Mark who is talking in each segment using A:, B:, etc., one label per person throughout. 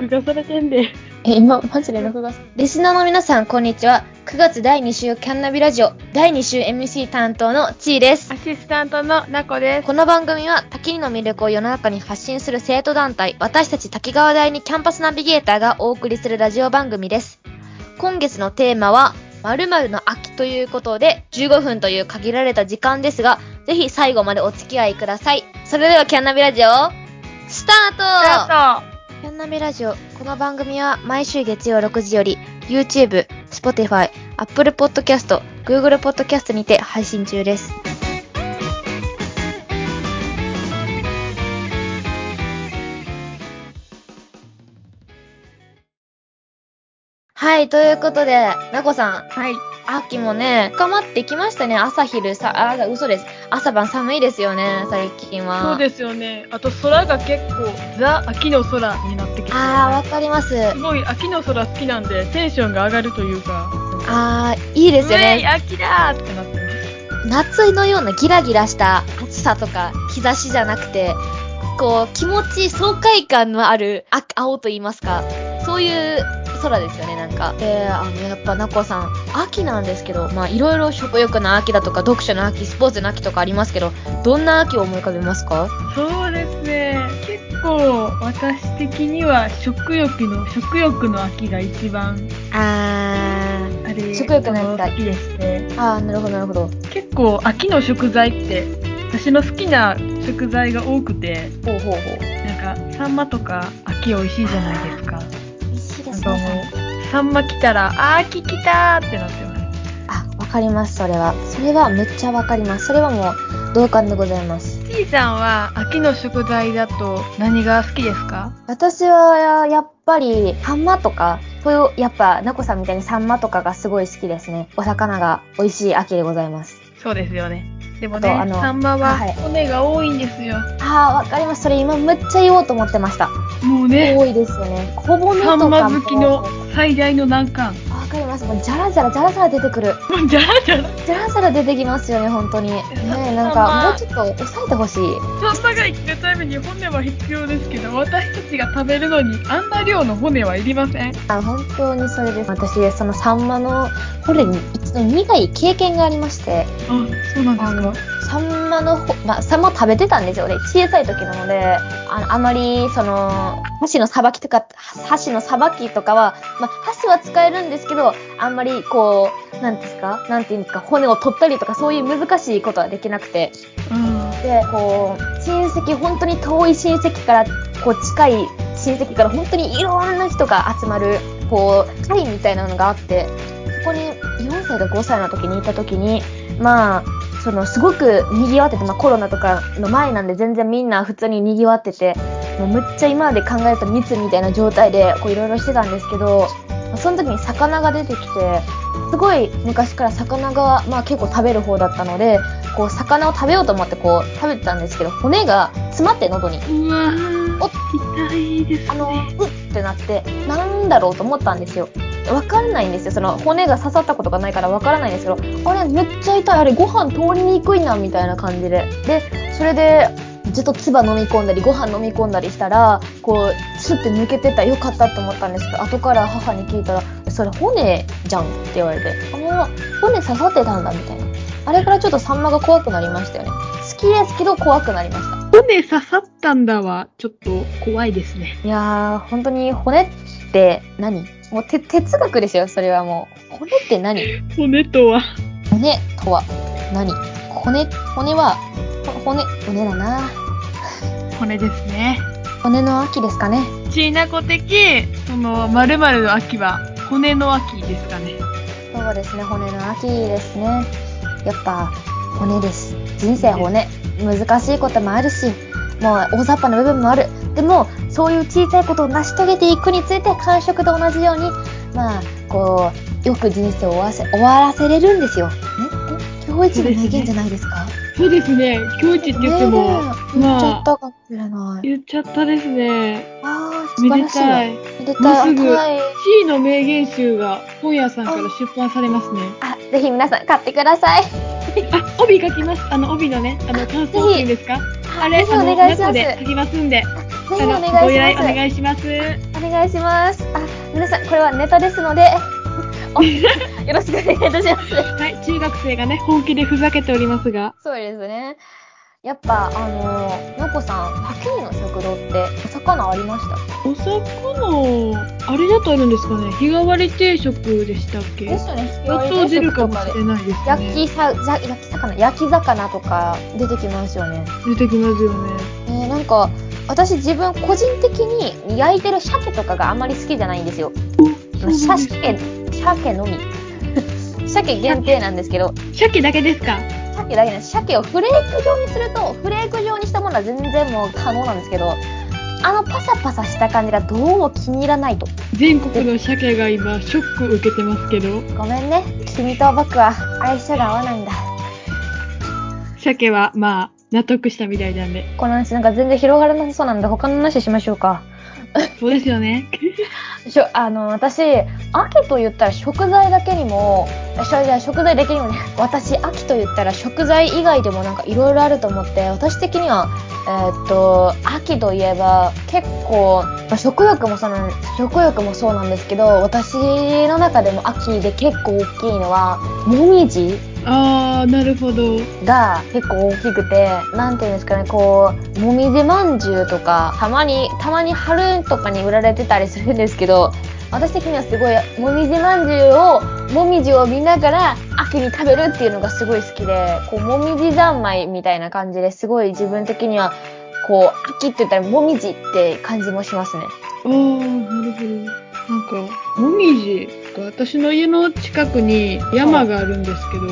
A: 録画されてんで。
B: え、今、マジで録画す
C: リスナーの皆さん、こんにちは。9月第2週キャンナビラジオ第2週 MC 担当のちーです。
A: アシスタントのなこです。
C: この番組は滝にの魅力を世の中に発信する生徒団体私たち滝川大にキャンパスナビゲーターがお送りするラジオ番組です今月のテーマは〇〇の秋ということで15分という限られた時間ですがぜひ最後までお付き合いくださいそれではキャンナビラジオスタート
A: あと、
C: キャンナビラジオ。この番組は毎週月曜6時より YouTube、Spotify、Apple Podcast、Google Podcast にて配信中です。はい、ということで、なこさん、
A: はい。
C: 秋もね、深まってきましたね。朝昼さ、あ、嘘です。朝晩寒いですよね、最近は。
A: そうですよね。あと空が結構、ザ・秋の空になってきて。
C: あー、わかります。
A: すごい秋の空好きなんで、テンションが上がるというか。
C: あー、いいですよ
A: う
C: ね
A: えい。秋だーってなってます。
C: 夏のようなギラギラした暑さとか日差しじゃなくて、こう、気持ちいい爽快感のあるあ青と言いますか、そういう空ですよね、なんか。で、あの、やっぱ、なこさん、秋なんですけど、まあ、いろいろ食欲の秋だとか、読書の秋、スポーツの秋とかありますけど、どんな秋を思い浮かべますか
A: そうですね。結構、私的には食欲の、食欲の秋が一番、
C: あー。
A: あれ、
C: 食欲の秋が
A: あ好きでして。
C: あー、なるほど、なるほど。
A: 結構、秋の食材って、私の好きな食材が多くて、
C: ほうほうほう。
A: なんか、サンマとか、秋美味しいじゃないですか。
C: 美味しいで
A: なん
C: す
A: かも
C: ね。
A: う、サンマ来たら、あー、秋来たーってなってます。
C: あ、わかります、それは。それはめっちゃわかります。それはもう、同感でございます。
A: T さんは、秋の食材だと何が好きですか
C: 私はやっぱりサンマとかそういうやっぱなこさんみたいにサンマとかがすごい好きですねお魚が美味しい秋でございます
A: そうですよね。でも
C: あ
A: ね、
C: とあの
A: サンマは
C: はい
A: 骨が多いんですよ。
C: あーわかりますそれ今むっちゃ言おうと思ってました
A: もうね、
C: 多いですよね小骨と
A: サ
C: か
A: ン
C: も
A: マ好きの最大の難関。
C: わかりますもうジャラジャラジャラジャラ出てくる
A: もう、じゃらじゃら。
C: ジャラジャラ出てきますよね本当にねえなん
A: まあ
C: かもうちょっと抑えてほしい
A: サンマが生きるために骨は必要ですけど、私たちが食べるのに、あんな量の骨はいりません。
C: あ本当にそれです私そのサンマの骨に一度苦い経験がありまして
A: あ、そうなんで
C: あ
A: すか
C: のサンマのほ、まあ、サンマを食べてたんですよね小さい時なのであのあまりその箸のさばきとか箸のさばきとかは、まあ、箸は使えるんですけどあんまりこう何ですかなんていうんですか骨を取ったりとかそういう難しいことはできなくて
A: うん。
C: でこう親戚本当に遠い親戚からこう近い親戚から本当にいろんな人が集まるこう会みたいなのがあってそこに4歳か5歳の時にいた時にまあそのすごく賑わってて、まあ、コロナとかの前なんで全然みんな普通に賑わっててもうむっちゃ今まで考えると密みたいな状態でこういろいろしてたんですけどその時に魚が出てきてすごい昔から魚が、まあ、結構食べる方だったのでこう魚を食べようと思ってこう食べてたんですけど骨が詰まって喉に
A: うわ
C: お
A: ー、痛いですね。
C: あのうってなってなんだろうと思ったんですよわかんないんですよその骨が刺さったことがないからわからないんですけどあれめっちゃ痛いあれご飯通りにくいなみたいな感じででそれでずっと唾飲み込んだりご飯飲み込んだりしたらこうスッて抜けてたよかったと思ったんですけど後から母に聞いたら「それ骨じゃん」って言われて「あの骨刺さってたんだ」みたいなあれからちょっとサンマが怖くなりましたよね好きですけど怖くなりました
A: 骨刺さったんだはちょっと怖いですね。
C: いやー、本当に骨って何もうて哲学ですよ、それはもう。骨って何
A: 骨とは。
C: 骨とは何骨、骨は、ほ骨、骨だな。
A: 骨ですね。
C: 骨の秋ですかね。
A: ちーなこ的、その、まるの秋は、骨の秋ですかね。
C: そうですね、骨の秋ですね。やっぱ、骨です。人生骨。難しいこともあるし、もう大雑把な部分もある。でも、そういう小さいことを成し遂げていくについて、感触と同じように、まあ、こう、よく人生を終わせ終わらせれるんですよ。ねえ今日一の名言じゃないですか
A: そうですね。今日一って言っても、
C: ねえ言
A: まあ
C: っちゃったかもしれない。
A: 言っちゃったですね。
C: ああ、素
A: め
C: 晴
A: で
C: らしいわ。
A: たい。
C: めでたい。
A: もうすぐ
C: はい
A: C の名言集が本屋さんから出版されますね。
C: あ、ぜひ皆さん買ってください。
A: あ、帯書きます。あの帯のね、あの感想っていうんですか。あれ、
C: ぜひお
A: あの
C: 願いし
A: 中
C: ます。
A: で
C: ぜ
A: 書きますんで、
C: ひお
A: あの
C: 願いし
A: ご依頼お
C: ます。
A: 願いします。
C: お願いします。あ、皆さん、これはネタですので、 およろしくお願いいたします。
A: はい、中学生がね、本気でふざけておりますが、
C: そうですね。やっぱ、あのー、のこさん、8人の食堂って、お魚ありました
A: お魚、あれだとあるんですかね、日替わり定食でしたっけ
C: ですよね、引き
A: だと出るかもしれないです
C: 焼
A: ね。
C: きさ、ざ焼き魚、焼き魚とか出てきますよね。
A: 出てきますよね。
C: えーなんか、私自分個人的に焼いてる鮭とかがあんまり好きじゃないん ですよ。
A: そうなんです
C: 鮭、鮭のみ。 鮭限定なんですけど、
A: 鮭だけですか
C: 鮭だけね、鮭をフレーク状にすると、フレーク状にしたものは全然もう可能なんですけど、あのパサパサした感じがどうも気に入らないと。
A: 全国の鮭が今、ショックを受けてますけど、
C: ごめんね、君と僕は相性が合わないんだ。
A: 鮭はまあ、納得したみたいなんで。
C: この話なんか全然広がらなさそうなんで、他の話しましょうか。
A: そうですよね。
C: しょあの私秋と言ったら食材だけにもしょじゃあ食材だけにもね 私秋と言ったら食材以外でもなんかいろいろあると思って私的にはえーっと秋といえば結構、まあ食欲もそうなん食欲もそうなんですけど私の中でも秋で結構大きいのはもみじ
A: あー、なるほど。
C: が結構大きくて、なんていうんですかね、こう、もみじまんじゅうとか、たまに、たまに春とかに売られてたりするんですけど、私的にはすごい、もみじまんじゅうを、もみじを見ながら秋に食べるっていうのがすごい好きで、こう、もみじ三昧みたいな感じですごい自分的には、こう、秋って言ったらもみじって感じもしますね。
A: あー、なるほど。なんか、もみじが私の家の近くに山があるんですけど、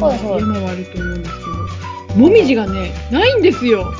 A: まあ
C: はいはい
A: 山はあると思うんですけど、もみじがね、ないんですよ。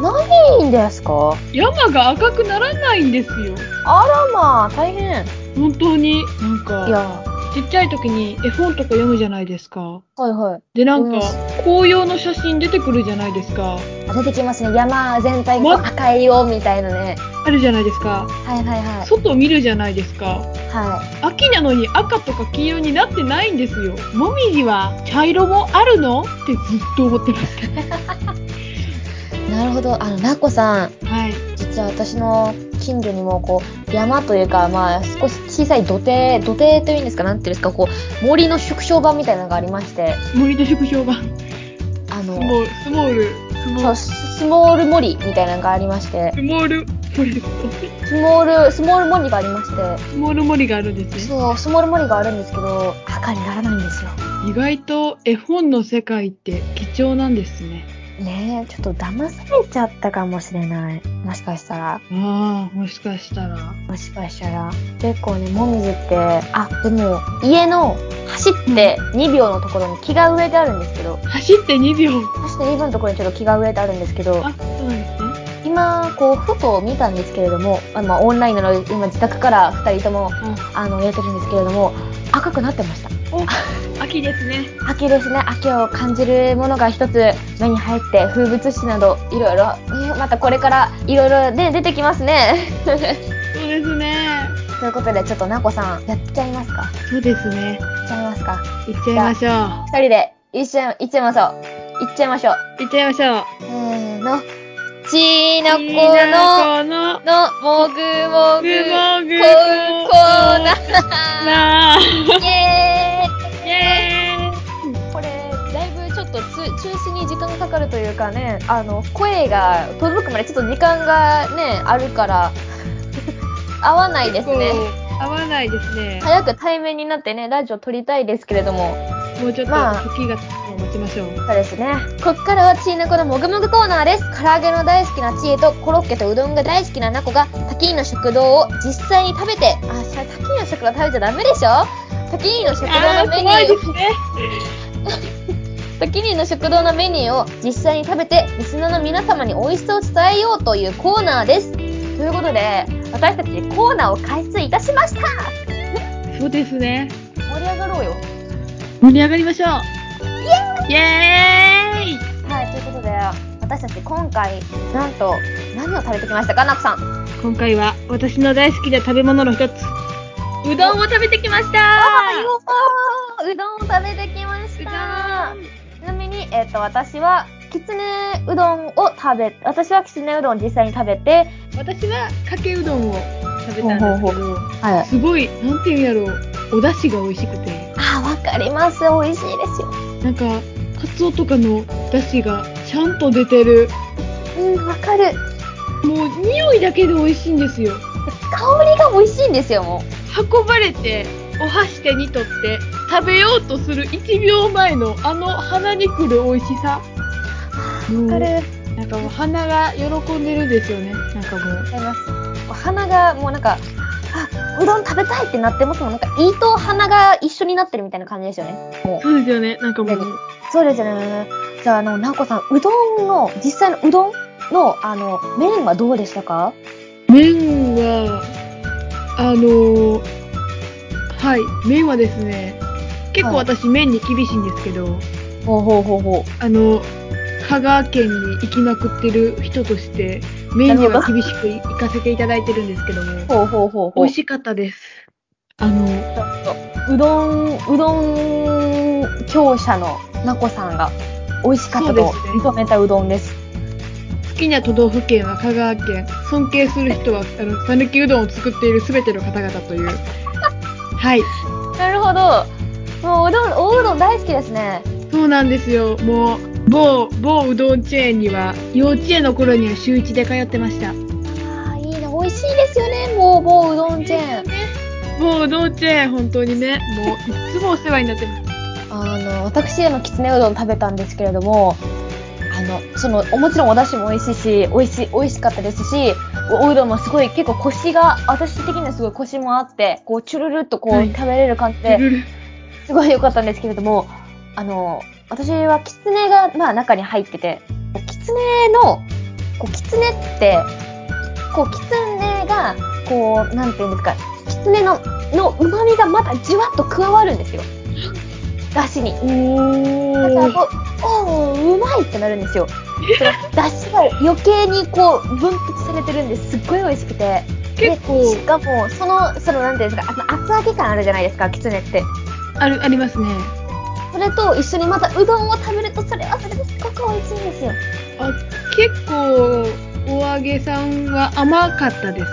C: ないんですか
A: 山が赤くならないんですよ。
C: あらまあ、大変。
A: 本当に。なん
C: い
A: か、
C: や、
A: ちっちゃい時に絵本とか読むじゃないですか。
C: はいはい。
A: で、なんか、
C: うん
A: 紅葉の写真出てくるじゃないですか。
C: あ出てきますね。山全体がこう赤いよ、みたいなね。
A: あるじゃないですか。
C: はいはいはい。
A: 外見るじゃないですか。
C: は
A: 秋なのに赤とか黄色になってないんですよ。もみじは茶色もあるのってずっと思ってまし
C: い。なるほど。あの、なこさん、
A: た。はい。
C: 実は私の近所にも、こう、山というか、まあ、少し小さい土手、土手というんですか、なんていうんですか、こう、森の縮小版みたいなのがありまして、
A: 森と縮小版。
C: あ
A: ス
C: の、
A: モール、スモール、スモー
C: そう
A: ル、
C: ススモール森みたいなのがありまして、
A: スモールフォレスト、
C: スモール、スモール森がありまして、
A: スモール森があるんですね。
C: そう、スモール森があるんですけど、赤にならないんですよ。
A: 意外と絵本の世界って貴重なんですね。
C: ねえ、ちょっと騙されちゃったかもしれない。もしかしたら。
A: ああ、もしかしたら。
C: もしかしたら結構ねもみじってあでも家の走って2秒のところに木が植えてあるんですけど
A: 走って2秒。
C: 走って2秒のところにちょっと木が植えてあるんですけど
A: あ、そうなんですね。
C: 今こうふと見たんですけれどもあまあオンラインなので今自宅から2人とも
A: あ
C: あの植えてるんですけれども赤くなってました
A: お、秋ですね。
C: 秋ですね秋を感じるものが一つ目に入って風物詩などいろいろねまたこれからいろいろね出てきますね
A: そうですね。
C: ということでちょっとなこさんやっちゃいますか
A: そうですね。
C: やっちゃいますか
A: 行っちゃいましょう。
C: 二人で一緒に行っちゃいましょう。行っちゃいましょう。
A: 行っちゃいましょう。
C: せーの。ちーのこ
A: いい
C: の、
A: なこの
C: の、もぐも
A: も
C: ぐ、
A: ぐ
C: こ
A: もぐ
C: う、コーナ
A: ー
C: ー。
A: ナ
C: イエ
A: イエーイ
C: ーイこれ、だいぶちょっとつ中止に時間がかかるというかね、あの、声が届くまでちょっと時間がね、あるから、 合わないですね。
A: こう合わないですね。
C: 早く対面になってね、ラジオ撮りたいですけれども。
A: もうちょっと
C: まあ
A: 時が経つのを待ちましょう。
C: そうですね。こっからはちーなこのもぐもぐコーナーです。唐揚げの大好きなちえとコロッケとうどんが大好きななこが、タキーの食堂を実際に食べて、あ、さタキーの食堂食べちゃダメでしょタキーの食堂
A: あ
C: のメ
A: ー
C: ニ
A: 怖い
C: ュ
A: で
C: ー、
A: すね。
C: タキーの食堂のメニューを実際に食べて、リスナーの皆様に美味しさを伝えようというコーナーです。ということで、私たちコーナーを開設いたしました
A: そうですね。
C: 盛り上がろうよ。
A: 盛り上がりましょう。イエーイ
C: はい、ということで、私たち今回、なんと、何を食べてきましたか、なこさん。
A: 今回は私の大好きな食べ物の一つ、うどんを食べてきました
C: あよううどんを食べてきましたちなみに、えっと私はきつねうどんを食べ私はきつねうどんを実際に食べて
A: 私はかけうどんを食べたんです
B: ほう
A: け
B: ほ
A: ど、
C: はい。
A: すごい、なんていうんやろう、お出汁が美味しくて、
C: あ、わかります。美味しいですよ。
A: なんか、カツオとかの出汁がちゃんと出てる。
C: うん、わかる。
A: もう匂いだけで美味しいんですよ。
C: 香りが美味しいんですよ、もう。
A: 運ばれて、お箸手に取って、食べようとする1秒前のあの鼻にくる美味し
C: わ
A: さ。
C: かる。
A: なんかもう鼻が喜んでるんですよね。なんかもう。
C: あります。お花がもうなんか、あ、うどん食べたいってなってますもん。なんか、胃と花が一緒になってるみたいな感じですよね。もう。
A: そうですよね。なんかもう。
C: 何そうですよね。じゃあ、あの、なおこさん、うどんの、実際のうどんの、あの、麺はどうでしたか
A: 麺は、あのーはい、麺はですね、結構
C: はい
A: 私麺に厳しいんですけど、
C: ほうほうほうほ
A: あの、香川県に行きまくってる人として、麺に
C: なる
A: は
C: ほど
A: 厳しく行かせていただいてるんですけども、
C: ほうほうほうほ
A: 美
C: う
A: 味。しかったです。あの、
C: うどん、うどん強者のなこさんが美味しかったと
A: そうですね
C: 認めたうどんです。
A: 好きな都道府県は香川県、尊敬する人は、あの、讃岐うどんを作っているすべての方々 という、はい、
C: なるほど。もううどん、おうどん大好きですね。
A: そうなんですよ。もう、某、某うどんチェーンには、幼稚園の頃には週1で通ってました。
C: ああ、いいな、美味しいですよね。もう、もううどんチェーン。
A: 某うどんチェーン、本当にね、もう、いつもお世話になってます。
C: あの、私、あの、きつねうどん食べたんですけれども、あの、その、もちろんお出汁も美味しいし、美味しい、美味しかったですし、おおうどんもすごい結構コシが、私的にはすごいコシもあって、こう、チュルルっとこう、
A: はい
C: 食べれる感じで、
A: ルルル
C: すごい良かったんですけれども、あの、私はキツネが、まあ、中に入ってて、キツネの、こう、キツネって、こう、キツネが、こう、なんていうんですか、キツネの、の旨味がまたじわっと加わるんですよ。だしに。だから
A: おー
C: こう、おー、うまいってなるんですよ。そのだしが余計にこう、分泌されてるんですっごい美味しくて。
A: 結
C: で
A: 構
C: し、かも、その、その、なんていうんですか、あの、厚揚げ感あるじゃないですか、キツネって。
A: ある、ありますね。
C: それと一緒にまたうどんを食べるとそれはそれですごく美味しいんですよ
A: あ、結構、お揚げさんは甘かったですか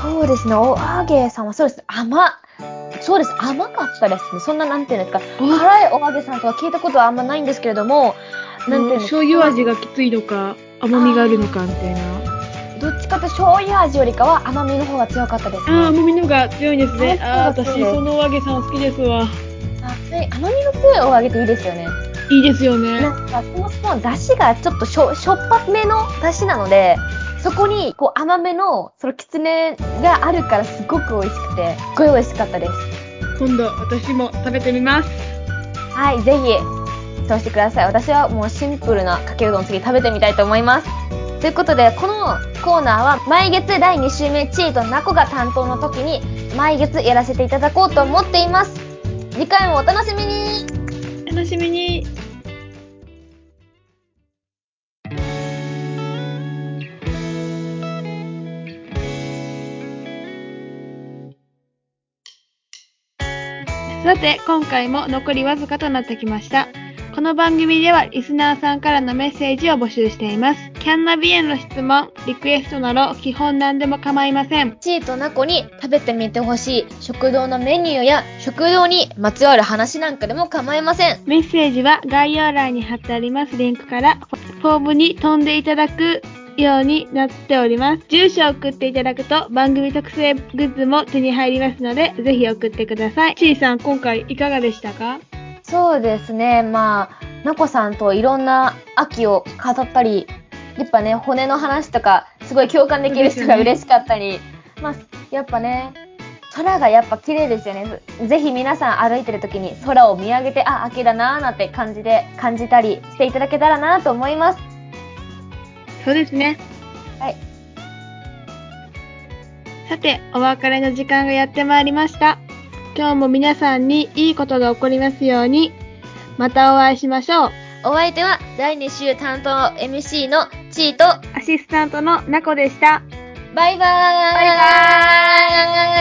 C: そうですねお揚げさんはそうです甘そうです甘かったですねそんななんていうんですか
A: あ
C: 辛いお揚げさんとは聞いたことはあんまないんですけれどもなんていうの
A: 醤油味がきついのか、甘みがあるのか、みたいな。
C: どっちかと醤油味よりかは甘みの方が強かったですね
A: あー、甘みの方が強いですね。あー、
C: あそうで
A: 私、
C: す
A: そのお揚げさん好きですわ。
C: あで甘みの強いお揚げっていいですよね
A: いいですよ
C: な
A: ね。
C: んかそもそも出汁がちょっとしょしょっぱめの出汁なのでそこにこう甘めのそのきつねがあるからすごく美味しくてすっごい美味しかったです
A: 今度、私も食べてみます。
C: はい、ぜひ、そうしてください。私はもうシンプルなかけうどんを次食べてみたいと思います。ということで、このコーナーは、毎月第2週目、チーとナコが担当の時に、毎月やらせていただこうと思っています。次回もお楽しみに
A: 楽しみに。さて、今回も残りわずかとなってきました。この番組ではリスナーさんからのメッセージを募集しています。キャンナビへの質問、リクエストなど基本何でも構いません。
C: チーとナコに食べてみてほしい食堂のメニューや食堂にまつわる話なんかでも構いません。
A: メッセージは概要欄に貼ってありますリンクからフォームに飛んでいただくようになっております。住所を送っていただくと番組特製グッズも手に入りますので、ぜひ送ってください。ちーさん、今回いかがでしたか
C: そうですね、まあ、なこさんといろんな秋を語ったり、やっぱね、骨の話とか、すごい共感できる人が
A: そうで
C: 嬉しかったり、まあ、やっぱね、空がやっぱ綺麗ですよね。ぜひ皆さん歩いてる時に空を見上げて、あ、秋だなーなんて感じで、感じたりしていただけたらなと思います。
A: そうですね。
C: はい。
A: さて、お別れの時間がやってまいりました。今日も皆さんにいいことが起こりますように、またお会いしましょう。
C: お相手は、第2週担当 MC のチート、
A: アシスタントのなこでした。
C: バイバーイ